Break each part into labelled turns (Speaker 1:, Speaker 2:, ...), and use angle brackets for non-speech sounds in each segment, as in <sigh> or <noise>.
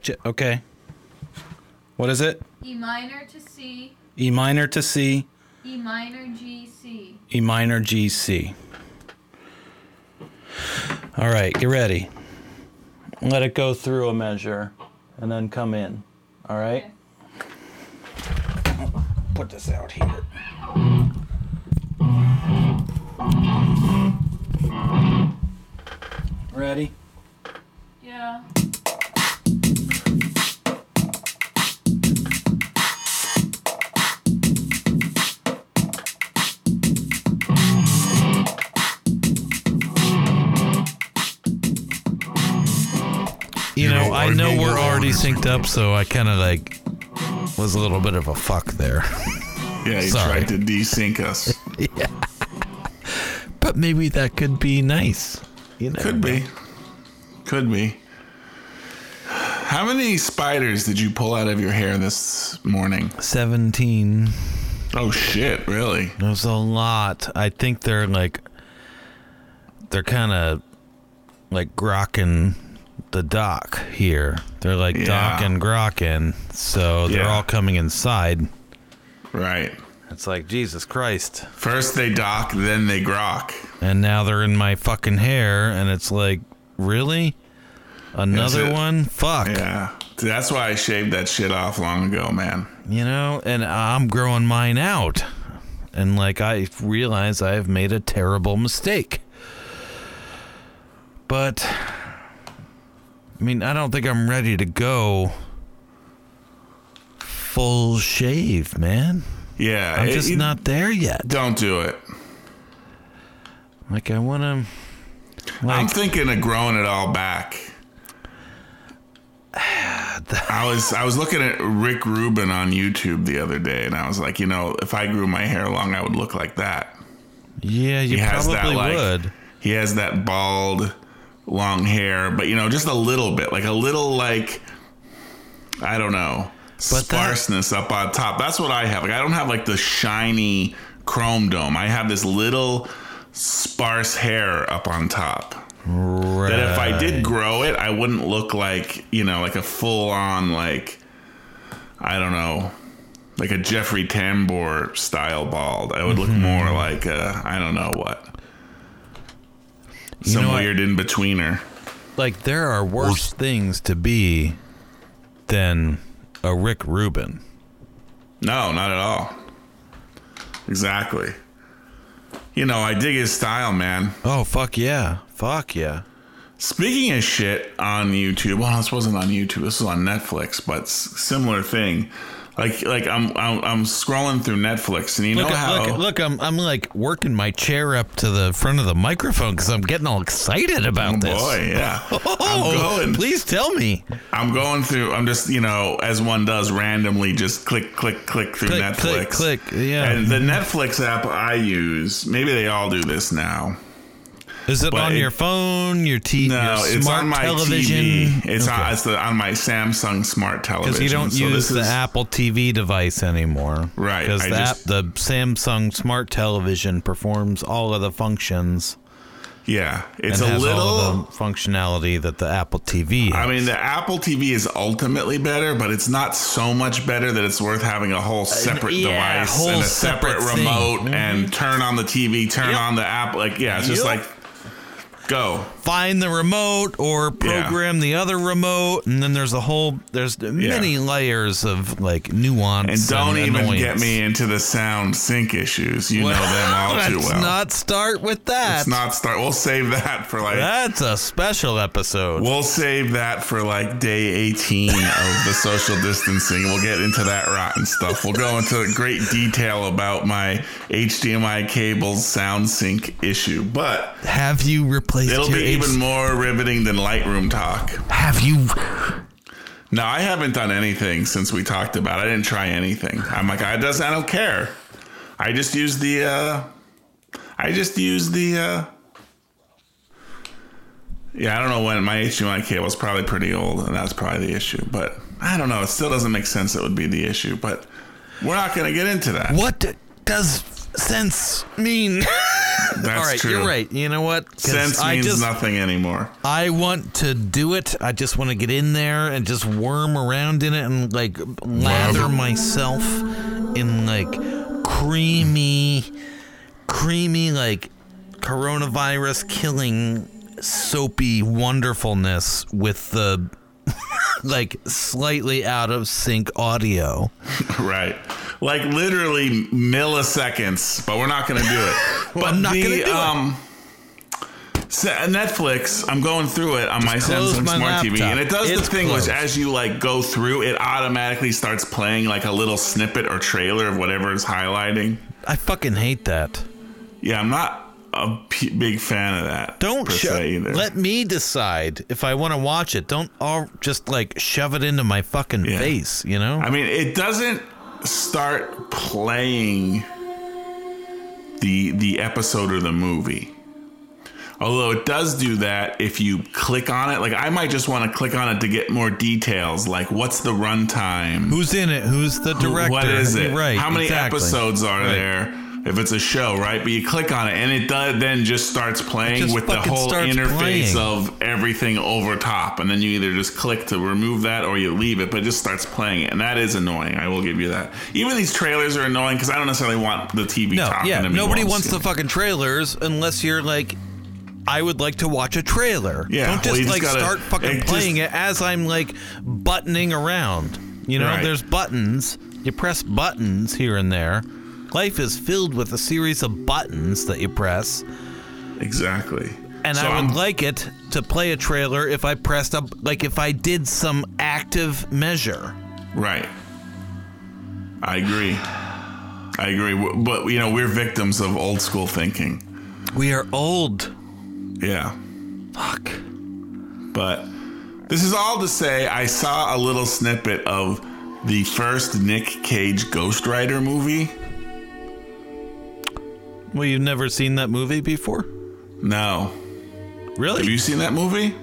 Speaker 1: Ch- Okay. What is it?
Speaker 2: E minor to C,
Speaker 1: E minor to C,
Speaker 2: E minor G C.
Speaker 1: E minor G C. All right, get ready. Let it go through a measure and then come in. All right?
Speaker 2: Okay.
Speaker 1: Put this out here. Ready?
Speaker 2: Yeah.
Speaker 3: You know, I know we're already
Speaker 4: Yeah,
Speaker 3: synced up, so I kind of like was a little bit of a fuck there.
Speaker 4: he
Speaker 3: Sorry.
Speaker 4: tried to desync us.
Speaker 3: but maybe that could be nice. You know,
Speaker 4: Could be. Could be. How many spiders did you pull out of your hair this morning?
Speaker 3: seventeen.
Speaker 4: Oh shit, really?
Speaker 3: There's a lot. I think they're like they're kind of like grocking the dock here. They're like
Speaker 4: Yeah.
Speaker 3: docking, grocking. So they're
Speaker 4: Yeah.
Speaker 3: all coming inside.
Speaker 4: Right.
Speaker 3: It's like Jesus Christ.
Speaker 4: First they dock, then they grok.
Speaker 3: And now they're in my fucking hair and it's like, really? Another
Speaker 4: it.
Speaker 3: one? Fuck.
Speaker 4: Yeah. That's why I shaved that shit off long ago, man.
Speaker 3: You know, and I'm growing mine out. And like I realize I have made a terrible mistake. But I mean, I don't think I'm ready to go full shave, man.
Speaker 4: Yeah.
Speaker 3: I'm
Speaker 4: it-
Speaker 3: just
Speaker 4: you-
Speaker 3: not there yet.
Speaker 4: Don't do it.
Speaker 3: Like I want to
Speaker 4: I'm
Speaker 3: like
Speaker 4: thinking of growing it all back. I was I was looking at Rick Rubin on YouTube the other day, and I was like, you know, if I grew my hair long, I would look like that.
Speaker 3: yeah, you
Speaker 4: He has
Speaker 3: probably
Speaker 4: that like
Speaker 3: would.
Speaker 4: he has that bald, long hair, but you know, just a little bit, like a little like I don't know
Speaker 3: that-
Speaker 4: sparseness up on top. That's what I have. Like I don't have like the shiny chrome dome. I have this little sparse hair up on top.
Speaker 3: Right.
Speaker 4: That if I did grow it, I wouldn't look like, you know, like a full on, like, I don't know, like a Jeffrey Tambor style bald. I would look
Speaker 3: Mm-hmm.
Speaker 4: more like a, I don't know what. Some
Speaker 3: know what?
Speaker 4: weird in betweener.
Speaker 3: like there are worse things to be than a Rick Rubin.
Speaker 4: No, not at all. Exactly. You know, I dig his style, man.
Speaker 3: Oh fuck yeah. Fuck yeah.
Speaker 4: Speaking of shit on YouTube, well, this wasn't on YouTube. This was on Netflix, but s- similar thing. Like, like I'm, I'm, I'm scrolling through Netflix, and you
Speaker 3: Look,
Speaker 4: know how?
Speaker 3: look, look, I'm I'm like working my chair up to the front of the microphone cuz I'm getting all excited about
Speaker 4: oh
Speaker 3: this.
Speaker 4: boy,
Speaker 3: <laughs>
Speaker 4: yeah.
Speaker 3: Oh,
Speaker 4: I'm going.
Speaker 3: please tell me.
Speaker 4: I'm going through. I'm just, you know, as one does, randomly just click, click, click through
Speaker 3: Click,
Speaker 4: Netflix.
Speaker 3: click, click, yeah.
Speaker 4: And the Netflix app I use, maybe they all do this now.
Speaker 3: Is it
Speaker 4: But
Speaker 3: on
Speaker 4: it-
Speaker 3: your phone, your TV,
Speaker 4: No,
Speaker 3: your
Speaker 4: it's
Speaker 3: smart
Speaker 4: on my
Speaker 3: television?
Speaker 4: TV. It's on, it's the, on my Samsung smart television.
Speaker 3: Because you don't
Speaker 4: So
Speaker 3: use
Speaker 4: this
Speaker 3: the
Speaker 4: is-
Speaker 3: Apple TV device anymore,
Speaker 4: Right,
Speaker 3: Because
Speaker 4: I
Speaker 3: the, app-
Speaker 4: just-
Speaker 3: the Samsung Smart Television performs all of the functions
Speaker 4: Yeah, it's
Speaker 3: and
Speaker 4: a
Speaker 3: has
Speaker 4: little.
Speaker 3: all of the functionality that the Apple TV.
Speaker 4: I
Speaker 3: Has.
Speaker 4: mean, the Apple TV is ultimately better, but it's not so much better that it's worth having a whole separate
Speaker 3: Uh, yeah,
Speaker 4: device
Speaker 3: whole
Speaker 4: and a separate,
Speaker 3: separate thing. Mm-hmm.
Speaker 4: remote and turn on the TV, turn on the app. Like, yeah, it's just
Speaker 3: Yep.
Speaker 4: like, go.
Speaker 3: find the remote or program the other remote, and then there's a whole there's many layers of like nuance.
Speaker 4: And don't even
Speaker 3: annoyance.
Speaker 4: get me into the sound sync issues. You know
Speaker 3: <laughs>
Speaker 4: them all too
Speaker 3: Let's
Speaker 4: well.
Speaker 3: not start with that.
Speaker 4: Let's not start. We'll save that for like.
Speaker 3: That's a special episode.
Speaker 4: We'll save that for like day 18 of the social distancing. We'll get into that rotten stuff. We'll go into great detail about my HDMI cable's sound sync issue, but
Speaker 3: Have you replaced
Speaker 4: it'll
Speaker 3: your
Speaker 4: be
Speaker 3: H-
Speaker 4: even more riveting than Lightroom talk.
Speaker 3: Have you?
Speaker 4: No, I haven't done anything since we talked about. It. I didn't try anything. I'm like, I doesn't. I don't care. I just use the. uh I just use the. uh Yeah, I don't know when my HDMI cable is probably pretty old, and that's probably the issue. But I don't know. It still doesn't make sense. It would be the issue, but we're not going to get into that.
Speaker 3: What does sense mean? <laughs>
Speaker 4: That's
Speaker 3: All right,
Speaker 4: true.
Speaker 3: you're right. You know what? 'Cause
Speaker 4: Sense
Speaker 3: I
Speaker 4: means
Speaker 3: just
Speaker 4: nothing anymore.
Speaker 3: I want to do it. I just want to get in there and just worm around in it and like lather myself in like creamy, creamy like coronavirus killing soapy wonderfulness with the <laughs> like slightly out of sync audio.
Speaker 4: Right. Like literally milliseconds, but we're not going to
Speaker 3: <laughs>
Speaker 4: do it. but
Speaker 3: I'm not
Speaker 4: the,
Speaker 3: gonna do it.
Speaker 4: um, se- Netflix, I'm going through it on my
Speaker 3: close
Speaker 4: Samsung
Speaker 3: my
Speaker 4: smart TV,
Speaker 3: laptop.
Speaker 4: and it does
Speaker 3: It's
Speaker 4: the thing
Speaker 3: closed.
Speaker 4: which, as you like go through, it automatically starts playing like a little snippet or trailer of whatever it's highlighting.
Speaker 3: I fucking hate that.
Speaker 4: Yeah, I'm not a p- big fan of that.
Speaker 3: Don't
Speaker 4: per
Speaker 3: sho-
Speaker 4: se either.
Speaker 3: let me decide if I want to watch it. Don't all just like shove it into my fucking
Speaker 4: Yeah.
Speaker 3: face, you know?
Speaker 4: I mean, it doesn't start playing the the episode or the movie. Although it does do that if you click on it. Like I might just want to click on it to get more details, like what's the runtime?
Speaker 3: Who's in it? Who's the director?
Speaker 4: What is it?
Speaker 3: Right.
Speaker 4: How many
Speaker 3: exactly.
Speaker 4: episodes are
Speaker 3: Right.
Speaker 4: there? If it's a show, right? But you click on it and it does, then just starts playing
Speaker 3: just
Speaker 4: with the
Speaker 3: fucking
Speaker 4: whole
Speaker 3: starts
Speaker 4: interface
Speaker 3: playing.
Speaker 4: of everything over top. And then you either just click to remove that or you leave it, but it just starts playing it. And that is annoying. I will give you that. Even these trailers are annoying because I don't necessarily want the TV
Speaker 3: No,
Speaker 4: talking
Speaker 3: yeah.
Speaker 4: to me.
Speaker 3: Nobody
Speaker 4: while I'm
Speaker 3: wants the
Speaker 4: seeing
Speaker 3: fucking trailers unless you're like, I would like to watch a trailer.
Speaker 4: Yeah,
Speaker 3: Don't
Speaker 4: well,
Speaker 3: just
Speaker 4: you just
Speaker 3: like
Speaker 4: gotta-
Speaker 3: start fucking
Speaker 4: it just-
Speaker 3: playing it as I'm like buttoning around. You know,
Speaker 4: Right.
Speaker 3: there's buttons. You press buttons here and there. Life is filled with a series of buttons that you press.
Speaker 4: it. Exactly.
Speaker 3: And
Speaker 4: So
Speaker 3: I would
Speaker 4: I'm-
Speaker 3: like it to play a trailer if I pressed up, like if I did some active measure.
Speaker 4: Right. I agree. I agree. W- But, you know, we're victims of old school thinking.
Speaker 3: We are old.
Speaker 4: Yeah.
Speaker 3: Fuck.
Speaker 4: But this is all to say I saw a little snippet of the first Nick Cage Ghost Rider movie.
Speaker 3: Well, you've never seen that movie before?
Speaker 4: No.
Speaker 3: Really?
Speaker 4: Have you seen that movie?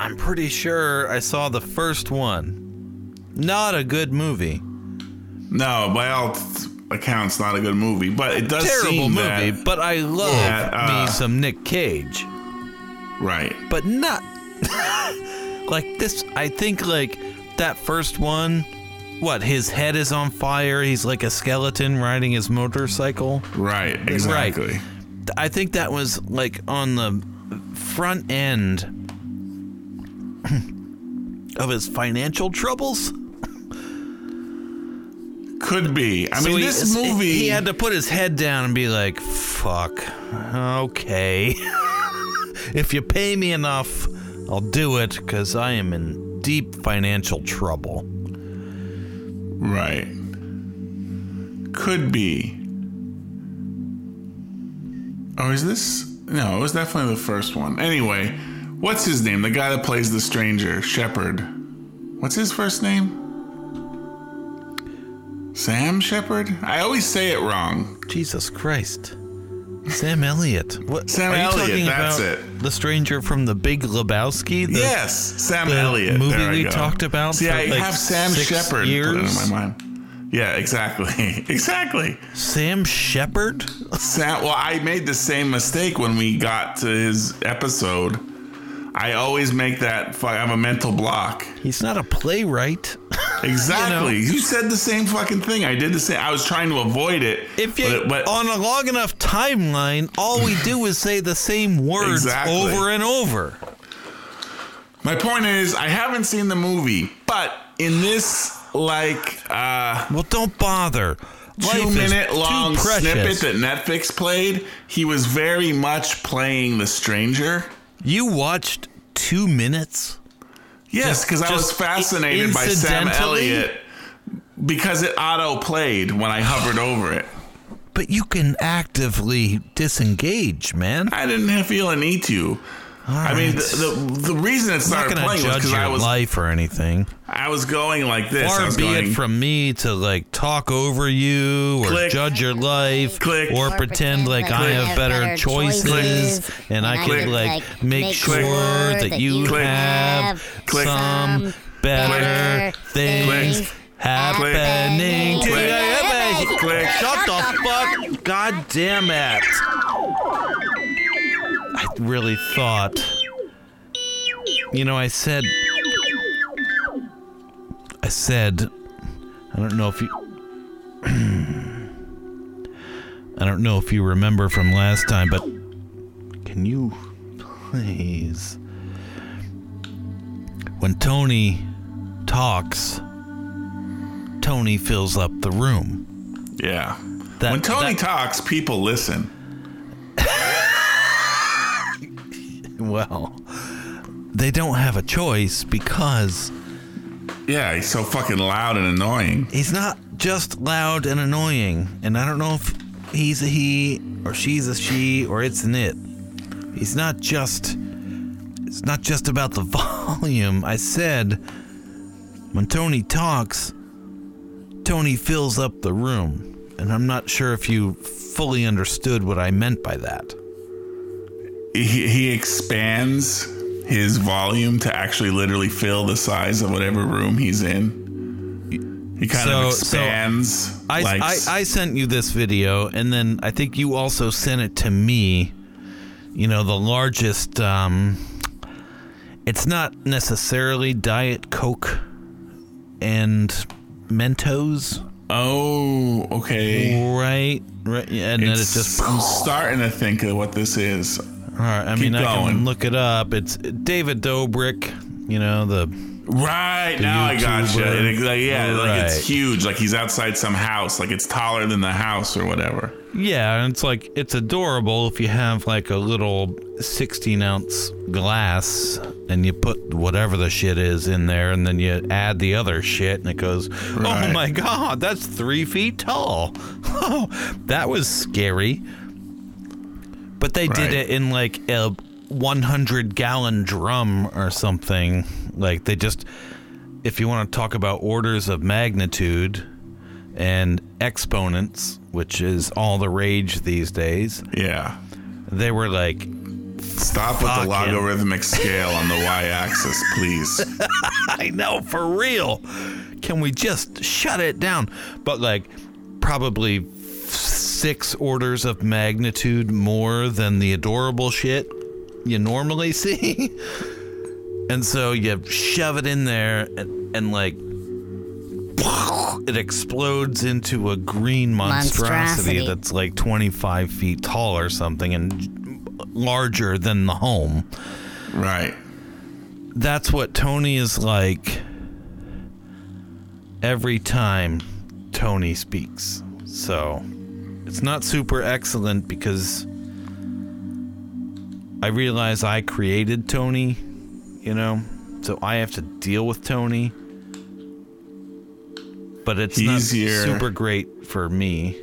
Speaker 3: I'm pretty sure I saw the first one. Not a good movie.
Speaker 4: No, by all t- accounts, not a good movie. But it does
Speaker 3: Terrible
Speaker 4: seem
Speaker 3: movie,
Speaker 4: that-
Speaker 3: but I love
Speaker 4: Yeah, uh,
Speaker 3: me some Nick Cage.
Speaker 4: right.
Speaker 3: But not <laughs> like this. I think like that first one. What his head is on fire. He's like a skeleton riding his motorcycle.
Speaker 4: Right. Exactly.
Speaker 3: I think that was like on the front end <clears throat> of his financial troubles.
Speaker 4: Could be. I mean,
Speaker 3: he-
Speaker 4: this movie.
Speaker 3: He had to put his head down and be like, fuck, okay. <laughs> if you pay me enough, I'll do it because I am in deep financial trouble.
Speaker 4: Right. Could be. Oh, is this? No, it was definitely the first one. Anyway, what's his name? The guy that plays the stranger, Shepard. What's his first name? Sam Shepard? I always say it wrong.
Speaker 3: Jesus Christ. Sam Elliott. What,
Speaker 4: Sam
Speaker 3: are you
Speaker 4: Elliott,
Speaker 3: talking
Speaker 4: that's
Speaker 3: about
Speaker 4: it.
Speaker 3: The stranger from the Big Lebowski? The,
Speaker 4: yes, Sam
Speaker 3: the
Speaker 4: Elliott.
Speaker 3: movie
Speaker 4: There I
Speaker 3: we
Speaker 4: go.
Speaker 3: talked about
Speaker 4: See,
Speaker 3: for,
Speaker 4: I
Speaker 3: like,
Speaker 4: have Sam
Speaker 3: six
Speaker 4: Shepard put
Speaker 3: years?
Speaker 4: in my mind. Yeah, exactly, <laughs> exactly.
Speaker 3: Sam Shepard?
Speaker 4: Sam, well, I made the same mistake when we got to his episode. I always make that. fu- I have a mental block.
Speaker 3: He's not a playwright.
Speaker 4: Exactly. You, said the same fucking thing. I did the same. I was trying to avoid it.
Speaker 3: If you
Speaker 4: but, it- but
Speaker 3: on a long enough timeline, all we do is say the same words
Speaker 4: Exactly.
Speaker 3: over and over.
Speaker 4: my point is, I haven't seen the movie, but in this like uh,
Speaker 3: Well, don't bother. Life
Speaker 4: two
Speaker 3: is
Speaker 4: minute
Speaker 3: too
Speaker 4: long snippet
Speaker 3: precious.
Speaker 4: that Netflix played, he was very much playing the stranger.
Speaker 3: you watched two minutes.
Speaker 4: Yes,
Speaker 3: Just-
Speaker 4: because I was
Speaker 3: just
Speaker 4: fascinated by Sam
Speaker 3: incidentally?
Speaker 4: Elliott because it auto played when I hovered over it.
Speaker 3: But you can actively disengage, man.
Speaker 4: I didn't feel a need to. I mean,
Speaker 3: right.
Speaker 4: the, the the reason it
Speaker 3: I'm not
Speaker 4: started
Speaker 3: going
Speaker 4: playing
Speaker 3: to
Speaker 4: was
Speaker 3: judge
Speaker 4: because
Speaker 3: your
Speaker 4: I was
Speaker 3: life or anything.
Speaker 4: I was going like this. I
Speaker 3: Far
Speaker 4: was
Speaker 3: be
Speaker 4: going,
Speaker 3: it from me to like talk over you or
Speaker 4: Click.
Speaker 3: judge your life
Speaker 4: Click.
Speaker 3: or pretend like I have better choices and I
Speaker 4: Click.
Speaker 3: could like make sure that you
Speaker 4: Click.
Speaker 3: have
Speaker 4: Click.
Speaker 3: some better
Speaker 4: Click.
Speaker 3: things
Speaker 4: Click.
Speaker 3: happening to
Speaker 4: Click.
Speaker 3: you.
Speaker 4: mouth! Click.
Speaker 3: Shut the fuck! God damn it! I really thought. You know, I said. I said. I don't know if you. <clears throat> I don't know if you remember from last time, but. Can you please. When Tony talks, Tony fills up the room.
Speaker 4: Yeah.
Speaker 3: That-
Speaker 4: when Tony
Speaker 3: that-
Speaker 4: talks, people listen.
Speaker 3: Well, they don't have a choice because
Speaker 4: Yeah, he's so fucking loud and annoying.
Speaker 3: he's not just loud and annoying. And I don't know if he's a he or she's a she or it's an it. He's not just. It's not just about the <laughs> volume. I said when Tony talks, Tony fills up the room. And I'm not sure if you fully understood what I meant by that.
Speaker 4: He, he expands his volume to actually literally fill the size of whatever room he's in. He kind of
Speaker 3: So- so
Speaker 4: expands.
Speaker 3: I,
Speaker 4: like,
Speaker 3: I, I sent you this video, and then I think you also sent it to me. You know, the largest. Um, it's not necessarily Diet Coke and Mentos,
Speaker 4: oh, okay.
Speaker 3: right? Right, yeah, and then it just. All
Speaker 4: I'm starting to think of what this is.
Speaker 3: right, I mean, I
Speaker 4: going.
Speaker 3: can look it up. It's David Dobrik. You know the
Speaker 4: Right now, I gotcha.
Speaker 3: YouTuber.
Speaker 4: And it- like, yeah, like
Speaker 3: Right.
Speaker 4: it's huge. Like he's outside some house. Like it's taller than the house or whatever.
Speaker 3: yeah, and it's like it's adorable if you have like a little sixteen ounce glass and you put whatever the shit is in there, and then you add the other shit, and it goes, oh
Speaker 4: Right.
Speaker 3: my god, that's three feet tall. <laughs> Oh, that was scary. But they did
Speaker 4: Right.
Speaker 3: it in like a 100 gallon drum or something. Like they just, if you want to talk about orders of magnitude and exponents, which is all the rage these days,
Speaker 4: Yeah.
Speaker 3: they were like,
Speaker 4: Stop with the
Speaker 3: Fucking-
Speaker 4: logarithmic scale on the
Speaker 3: <laughs>
Speaker 4: y-axis, please.
Speaker 3: I know for real. Can we just shut it down? But like, probably six orders of magnitude more than the adorable shit you normally <laughs> see. and so you shove it in there, and, and like, <laughs> it explodes into a green monstrosity,
Speaker 5: Monstrosity.
Speaker 3: that's like 25 feet tall or something, and larger than the home
Speaker 4: Right.
Speaker 3: that's what Tony is like every time Tony speaks. So it's not super excellent because I realize I created Tony, you know, so I have to deal with Tony. But it's
Speaker 4: He's
Speaker 3: not
Speaker 4: your-
Speaker 3: super great for me.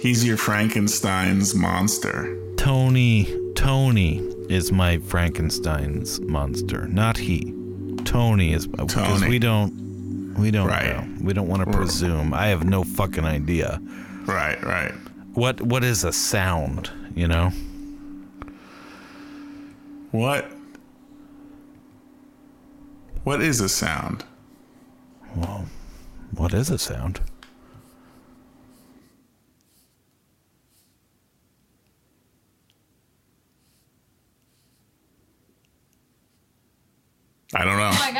Speaker 4: He's your Frankenstein's monster.
Speaker 3: Tony, Tony is my Frankenstein's monster, not he. Tony is because
Speaker 4: Tony.
Speaker 3: we don't we don't
Speaker 4: Right.
Speaker 3: know. We don't want to presume. I have no fucking idea.
Speaker 4: Right, right.
Speaker 3: What what is a sound, you know?
Speaker 4: What? What is a sound?
Speaker 3: What is a sound?
Speaker 4: I don't
Speaker 2: Oh my
Speaker 4: know.